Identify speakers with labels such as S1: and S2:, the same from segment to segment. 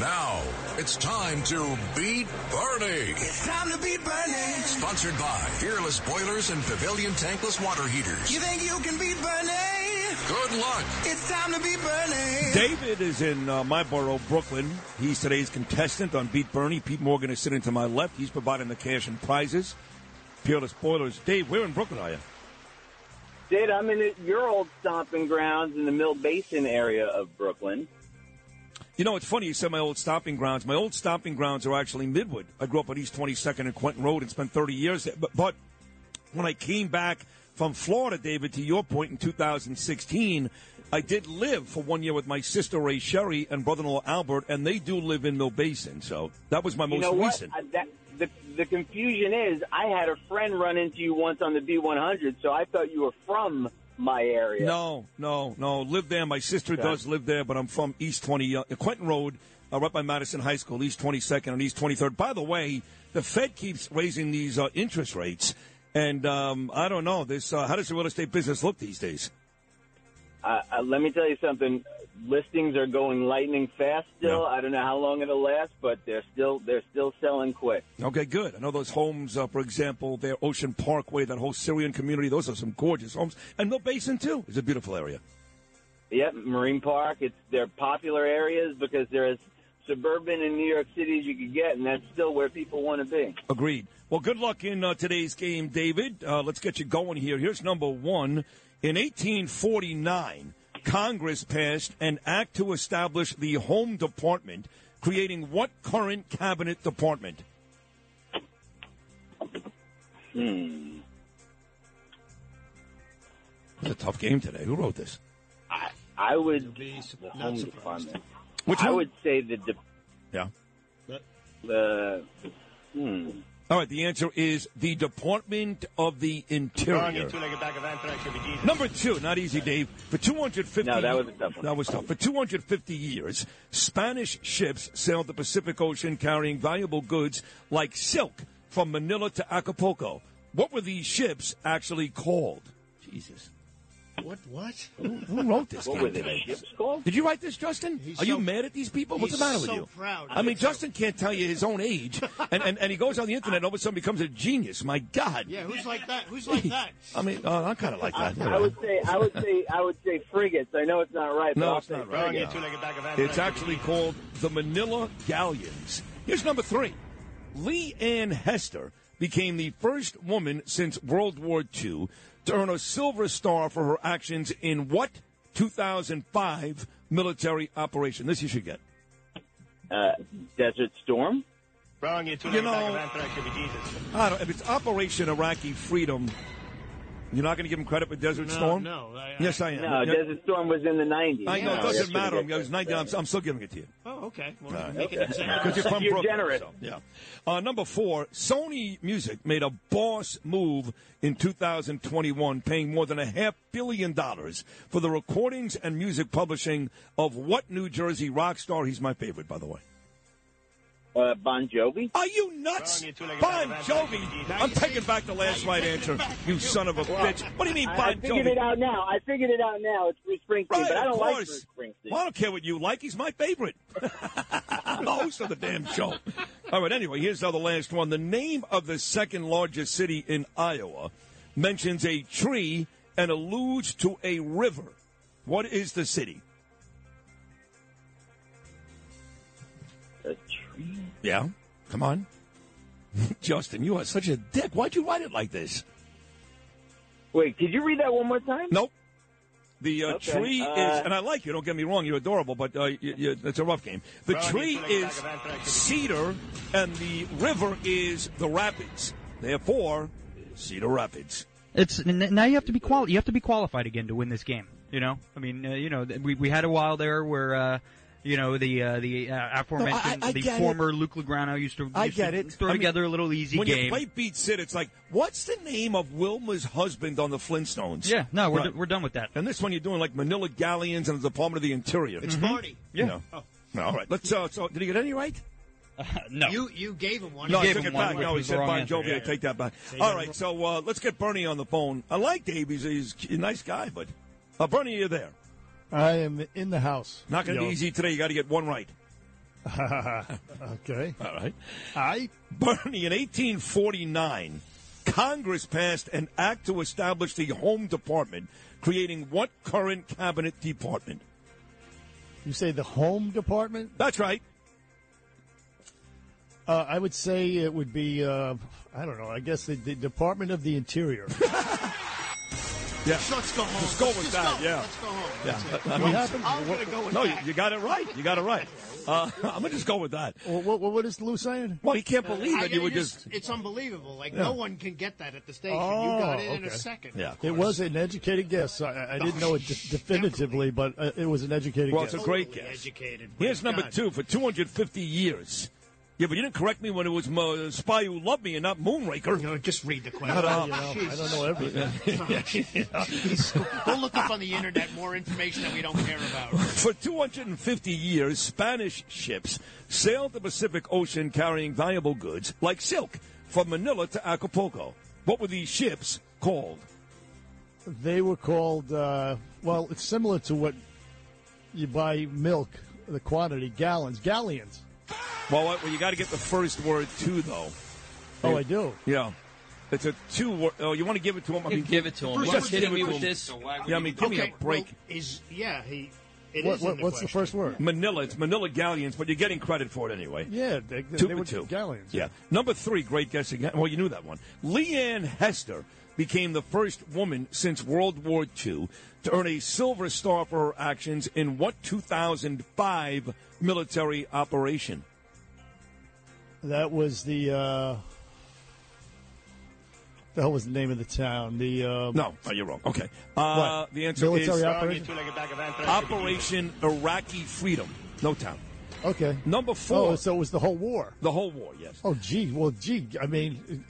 S1: Now it's time to beat Bernie.
S2: It's time to beat Bernie.
S1: Sponsored by Fearless Boilers and Pavilion Tankless Water Heaters.
S2: You think you can beat Bernie?
S1: Good luck.
S2: It's time to beat Bernie.
S3: David is in uh, my borough, Brooklyn. He's today's contestant on Beat Bernie. Pete Morgan is sitting to my left. He's providing the cash and prizes. Fearless Boilers. Dave, where in Brooklyn are you?
S4: Did I'm in the- your old stomping grounds in the Mill Basin area of Brooklyn.
S3: You know, it's funny you said my old stomping grounds. My old stomping grounds are actually Midwood. I grew up on East 22nd and Quentin Road and spent 30 years there. But, but when I came back from Florida, David, to your point in 2016, I did live for one year with my sister Ray Sherry and brother-in-law Albert, and they do live in Mill Basin. So that was my
S4: You
S3: most
S4: know what?
S3: recent.
S4: I, that, the, the confusion is I had a friend run into you once on the B100, so I thought you were from my area.
S3: No, no, no. Live there. My sister does live there, but I'm from East 20, uh, Quentin Road, uh, right by Madison High School, East 22nd and East 23rd. By the way, the Fed keeps raising these uh, interest rates, and um, I don't know this. Uh, how does the real estate business look these days?
S4: Uh, uh, let me tell you something. Listings are going lightning fast still.
S3: Yeah.
S4: I don't know how long it'll last, but they're still they're still selling quick.
S3: Okay, good. I know those homes, uh, for example, there Ocean Parkway, that whole Syrian community. Those are some gorgeous homes, and Mill Basin too is a beautiful area.
S4: Yep, Marine Park. It's they're popular areas because they're as suburban in New York City as you could get, and that's still where people want to be.
S3: Agreed. Well, good luck in uh, today's game, David. Uh, let's get you going here. Here's number one. In 1849, Congress passed an act to establish the Home Department, creating what current cabinet department? Hmm. It's a tough game today. Who wrote this?
S4: I, I would the home department.
S3: Which
S4: I
S3: one?
S4: would say the de-
S3: Yeah.
S4: the
S3: All right. The answer is the Department of the Interior. Number two, not easy, Dave. For 250
S4: No, that was a tough one.
S3: That was tough. For 250 years, Spanish ships sailed the Pacific Ocean carrying valuable goods like silk from Manila to Acapulco. What were these ships actually called? Jesus.
S5: What? What?
S3: Who, who wrote this
S4: what
S3: guy
S4: were the
S3: today?
S4: ships called?
S3: Did you write this, Justin?
S5: He's
S3: Are you
S5: so-
S3: mad at these people? What's the
S5: he's
S3: matter with
S5: so
S3: you?
S5: proud.
S3: I mean, Justin can't tell you his own age, and, and, and he goes on the internet and all of a sudden becomes a genius. My God.
S5: Yeah, who's like that? Who's like that?
S3: I mean, uh, I'm kind of like that.
S4: I would say I would say I would say frigates. I know it's not right.
S3: No,
S4: but I'll
S3: it's
S4: say
S3: not right.
S4: frigates.
S3: It's actually called the Manila Galleons. Here's number three. Lee Ann Hester became the first woman since World War II to earn a Silver Star for her actions in what 2005 military operation? This you should get.
S4: Uh, Desert Storm.
S3: You know, I don't, if it's Operation Iraqi Freedom, you're not going to give him credit for Desert
S5: No,
S3: Storm?
S5: no, I- I-
S3: yes, I am.
S4: No,
S3: Yeah.
S4: Desert Storm was in the nineties.
S3: I know,
S5: Yeah,
S3: it
S5: I guess
S3: doesn't
S5: we
S3: matter. I'm, I was 90, I'm, I'm still giving it to you.
S5: Oh, okay. Well, make an
S3: Because
S5: example.
S3: you're from
S4: You're
S3: Brooklyn,
S4: generous.
S3: so, yeah. Uh, number four, Sony Music made a boss move in 2021, paying more than a half billion dollars for the recordings and music publishing of what New Jersey rock star? He's my favorite, by the way.
S4: Uh, bon Jovi.
S3: Are you nuts? Bon Jovi. I'm taking back the last right answer. You son of a bitch. What do you mean,
S4: I, I
S3: Bon
S4: figured it
S3: Jovi?
S4: out now. I figured it out now. It's Bruce Springsteen,
S3: Right,
S4: but I
S3: of
S4: don't like Bruce
S3: course.
S4: Springsteen.
S3: Well, I don't care what you like. He's my favorite. I'm the host of the damn show. All right, anyway, here's now the last one. The name of the second largest city in Iowa mentions a tree and alludes to a river. What is the city?
S4: A tree.
S3: Yeah? Come on. Justin, you are such a dick. Why'd you write it like this?
S4: Wait, could you read that one more time?
S3: Nope. The uh,
S4: Okay,
S3: tree
S4: uh,
S3: is, and I like you. Don't get me wrong; you're adorable, but uh, y y it's a rough game. The tree is cedar, and the river is the rapids. Therefore, Cedar Rapids.
S6: It's n- now you have to be quali- you have to be qualified again to win this game. You know, I mean, uh, you know, th- we we had a while there where uh, You know the uh, the uh, aforementioned
S3: No, I- I
S6: the
S3: get
S6: former Luke Lograno used to. Used
S3: I get
S6: to
S3: it.
S6: Throw
S3: I mean,
S6: together a little easy
S3: when
S6: game.
S3: you play Beat Sid, it's like, what's the name of Wilma's husband on the Flintstones?
S6: Yeah, no, we're
S3: Right.
S6: d- we're done with that.
S3: And this one you're doing like Manila Galleons and the Department of the Interior.
S5: It's Marty.
S3: Yeah.
S6: Oh.
S3: All right. Let's. Uh, so, did he get any right?
S6: Uh, No.
S5: You you gave him one.
S3: No,
S5: You
S3: I
S6: gave
S5: gave
S3: took it
S6: him one,
S3: back.
S6: which
S3: No, he
S6: was the
S3: said
S6: wrong
S3: Bon
S6: answer.
S3: Jovi. I
S6: Yeah.
S3: take that back.
S5: So you
S3: All
S5: got
S3: right,
S5: it
S3: so uh, let's get Bernie on the phone. I like Dave. He's, he's a nice guy, but uh, Bernie, you're there.
S7: I am in the house.
S3: Not going to be
S7: Yo.
S3: easy today. You got to get one right.
S7: Okay.
S3: All right.
S7: I
S3: Bernie, in 1849, Congress passed an act to establish the Home Department, creating what current cabinet department?
S7: you say the home department?
S3: That's right.
S7: Uh, I would say it would be uh, I don't know. I guess the, the Department of the Interior.
S3: Yeah.
S5: Let's go home.
S3: Just go
S5: Let's
S3: with
S5: just
S3: that,
S5: go.
S3: yeah.
S5: Let's go home.
S3: Yeah.
S5: That's it.
S3: I
S7: What
S3: mean,
S7: happened?
S5: I'm
S7: What,
S5: gonna go with
S3: no, you,
S5: that.
S3: you got it right. You got it right. Uh, I'm going to just go with that.
S7: what, what- what is Lou saying?
S3: Well, he can't
S5: I-
S3: believe it. Uh, You
S5: it
S3: were
S5: is-
S3: just.
S5: It's unbelievable. Like, no one can get that at the station.
S7: Oh,
S5: you got it in a
S7: okay.
S5: second.
S3: Yeah.
S7: It was an educated guess. I, I didn't know it de- definitively, but uh, it was an educated
S3: Well,
S7: guess.
S3: it's a great
S5: Totally
S3: guess.
S5: educated.
S3: Here's number
S5: God.
S3: two for 250 years. Yeah, but you didn't correct me when it was Mo- Spy Who Loved Me and not Moonraker. Uh,
S5: You know, just read the question.
S7: you know, I don't know everything.
S5: We'll look up on the internet more information that we don't care about.
S3: For 250 years, Spanish ships sailed the Pacific Ocean carrying valuable goods like silk from Manila to Acapulco. What were these ships called?
S7: They were called, uh, well, it's similar to what you buy milk, the quantity, gallons, galleons.
S3: Well, what- well you got to get the first word too, though.
S7: Oh, I do.
S3: Yeah. It's a two word. Oh, you want to give it to him? I mean,
S8: give it to him.
S3: Bruce,
S8: Are you
S3: just
S8: kidding
S3: give
S8: me
S3: it to
S8: with
S3: him.
S8: this? So why would
S3: yeah, I
S8: you
S3: mean,
S8: do
S3: give
S5: okay,
S3: me a break.
S5: well, is yeah, he. It
S7: What,
S5: is
S7: what-
S5: in the
S7: what's the
S5: question.
S7: first word?
S3: Manila. It's Manila galleons, but you're getting credit for it anyway.
S7: Yeah, they,
S3: Two
S7: they
S3: for
S7: were
S3: two.
S7: galleons.
S3: Yeah. Number three, great guess again. Well, you knew that one. Leanne Hester became the first woman since World War II to earn a Silver Star for her actions in what 2005 military operation?
S7: That was the. Uh, the hell was the name of the town? The uh,
S3: No, no, you're wrong. Okay. Uh,
S7: What?
S3: The answer
S7: Military
S3: is
S7: operation?
S3: Operation Iraqi Freedom. No town.
S7: Okay.
S3: Number
S7: Oh,
S3: four.
S7: so it was the whole war.
S3: the whole war, yes.
S7: Oh, gee. Well, gee. I mean,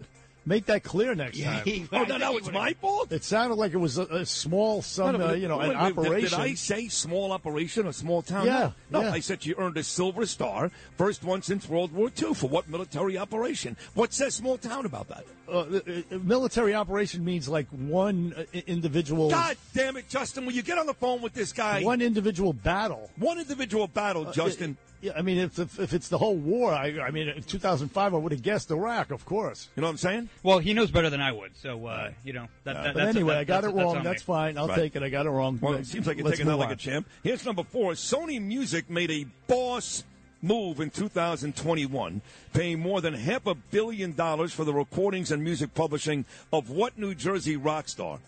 S7: make that clear next
S5: Yeah,
S7: time.
S5: he-
S3: Oh,
S5: I
S3: no,
S5: think
S3: no,
S5: he
S3: it's
S5: would've-
S3: my fault?
S7: It sounded like it was a, a small,
S3: Wait a
S7: some, uh,
S3: minute,
S7: you know,
S3: wait a
S7: an
S3: minute, did-
S7: operation.
S3: Did I say small operation or small town?
S7: Yeah,
S3: No,
S7: yeah.
S3: I said she earned a Silver Star, first one since World War II. For what military operation? What says small town about that?
S7: uh, uh, uh, military operation means like one uh, i- individual,
S3: God damn it, Justin, will you get on the phone with this guy?
S7: one individual battle.
S3: One individual battle, Justin.
S7: Yeah, I mean, if, if, if it's the whole war, I, I mean, in 2005, I would have guessed Iraq, of course.
S3: you know what I'm saying?
S6: Well, he knows better than I would, so uh, you know. That, that,
S7: But
S6: that's
S7: anyway,
S6: that-
S7: I got
S6: that's-
S7: it wrong.
S6: on
S7: That's,
S6: me.
S7: fine. I'll
S3: Right.
S7: take it. I got it wrong.
S3: Well,
S7: But
S3: it seems like you're
S7: let's
S3: taking that
S7: move
S3: like a
S7: on.
S3: champ. Here's number four. Sony Music made a boss move in 2021, paying more than half a billion dollars for the recordings and music publishing of what New Jersey rock star?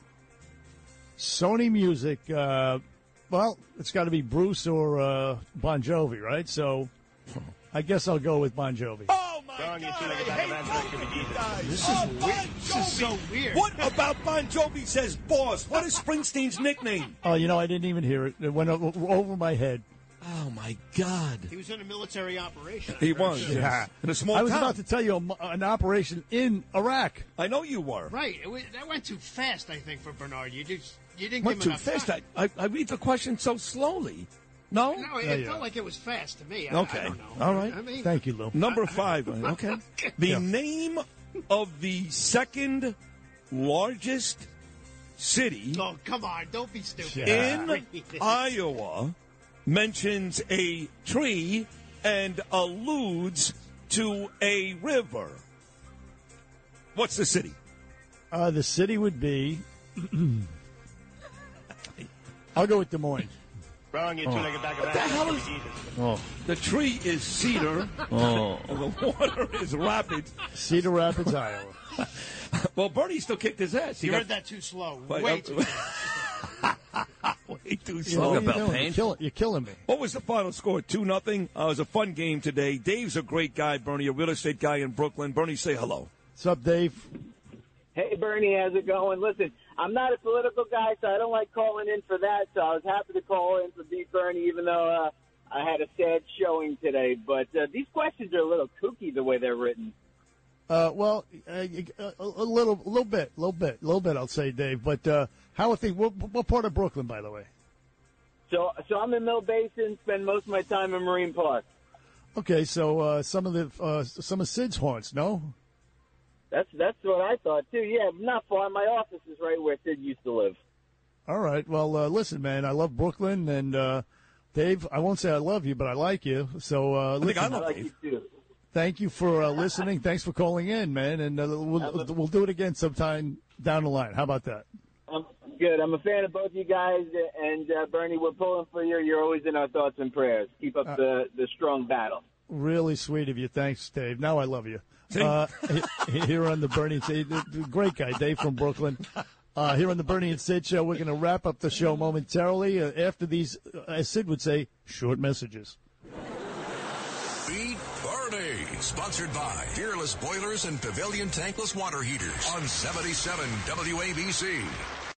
S7: Sony Music. Uh, well, it's got to be Bruce or uh, Bon Jovi, right? So, I guess I'll go with Bon Jovi.
S3: Oh my God! I hate both of you guys.
S5: This
S3: oh,
S5: is
S3: Bon
S5: weird. This is so
S3: Jovi.
S5: weird.
S3: What about Bon Jovi says boss? What is Springsteen's nickname?
S7: Oh, you know, I didn't even hear it. It went o- over my head.
S3: Oh my God!
S5: He was in a military operation.
S3: He was yes. in a small
S7: I was
S3: town.
S7: about to tell you a mo- an operation in Iraq.
S3: I know you were.
S5: Right. It wa- that went too fast, I think, for Bernard. You just you didn't
S3: Went
S5: give him
S3: too
S5: enough
S3: fast.
S5: time.
S3: I, I I read the question so slowly. No.
S5: No, it,
S7: Yeah,
S5: it
S7: yeah.
S5: felt like it was fast to me. I, I
S3: Okay.
S5: don't know.
S3: All right.
S5: I mean,
S7: Thank you, Lou.
S3: Number five. Uh, Okay. The name of the second largest city
S5: Oh, come on. Don't be stupid.
S3: in
S5: I,
S3: Iowa mentions a tree and alludes to a river. What's the city?
S7: Uh, the city would be. I'll go with Des Moines.
S3: What the hell is? The tree is cedar. Oh. and the water is rapid.
S7: Cedar Rapids, Iowa.
S3: Well, Bernie still kicked his ass. He
S5: you
S3: got
S5: read that too slow.
S3: Wait,
S5: Way
S3: I'm-
S5: too.
S3: way too
S7: You know,
S3: slow.
S7: what are you
S8: about
S7: doing? You're
S8: pain.
S7: killing, you're killing me.
S3: What was the final score? Two nothing. Uh, it was a fun game today. Dave's a great guy, Bernie, a real estate guy in Brooklyn. Bernie, say hello.
S7: What's up, Dave?
S4: Hey, Bernie, how's it going? Listen, I'm not a political guy, so I don't like calling in for that. So I was happy to call in for Beat Bernie, even though uh, I had a sad showing today, but uh, these questions are a little kooky the way they're written.
S7: Uh, well, uh, a, a little, a little bit, a little bit, a little bit, I'll say, Dave. But uh, how would they? What, what part of Brooklyn, by the way?
S4: So, so I'm in Mill Basin. Spend most of my time in Marine Park.
S7: Okay, so uh, some of the uh, some of Sid's haunts, no?
S4: That's that's what I thought too. Yeah, not far. My office is right where Sid used to live.
S7: All right. Well, uh, listen, man, I love Brooklyn, and uh, Dave, I won't say I love you, but I like you. So uh,
S3: think
S7: listen,
S3: I love
S4: I like
S3: Dave.
S4: you too.
S7: thank you for uh, listening. Thanks for calling in, man, and uh, we'll we'll do it again sometime down the line. How about that?
S4: I'm good. I'm a fan of both you guys, and uh, Bernie, we're pulling for you. You're always in our thoughts and prayers. Keep up the the strong battle.
S7: Really sweet of you. Thanks, Dave. Now I love you. Uh, he- here on the Bernie and Sid, great guy, Dave from Brooklyn. Uh, here on the Bernie and Sid show, we're going to wrap up the show momentarily uh, after these, uh, as Sid would say, short messages.
S1: Beat Bernie. Sponsored by Fearless Boilers and Pavilion Tankless Water Heaters on 77 WABC.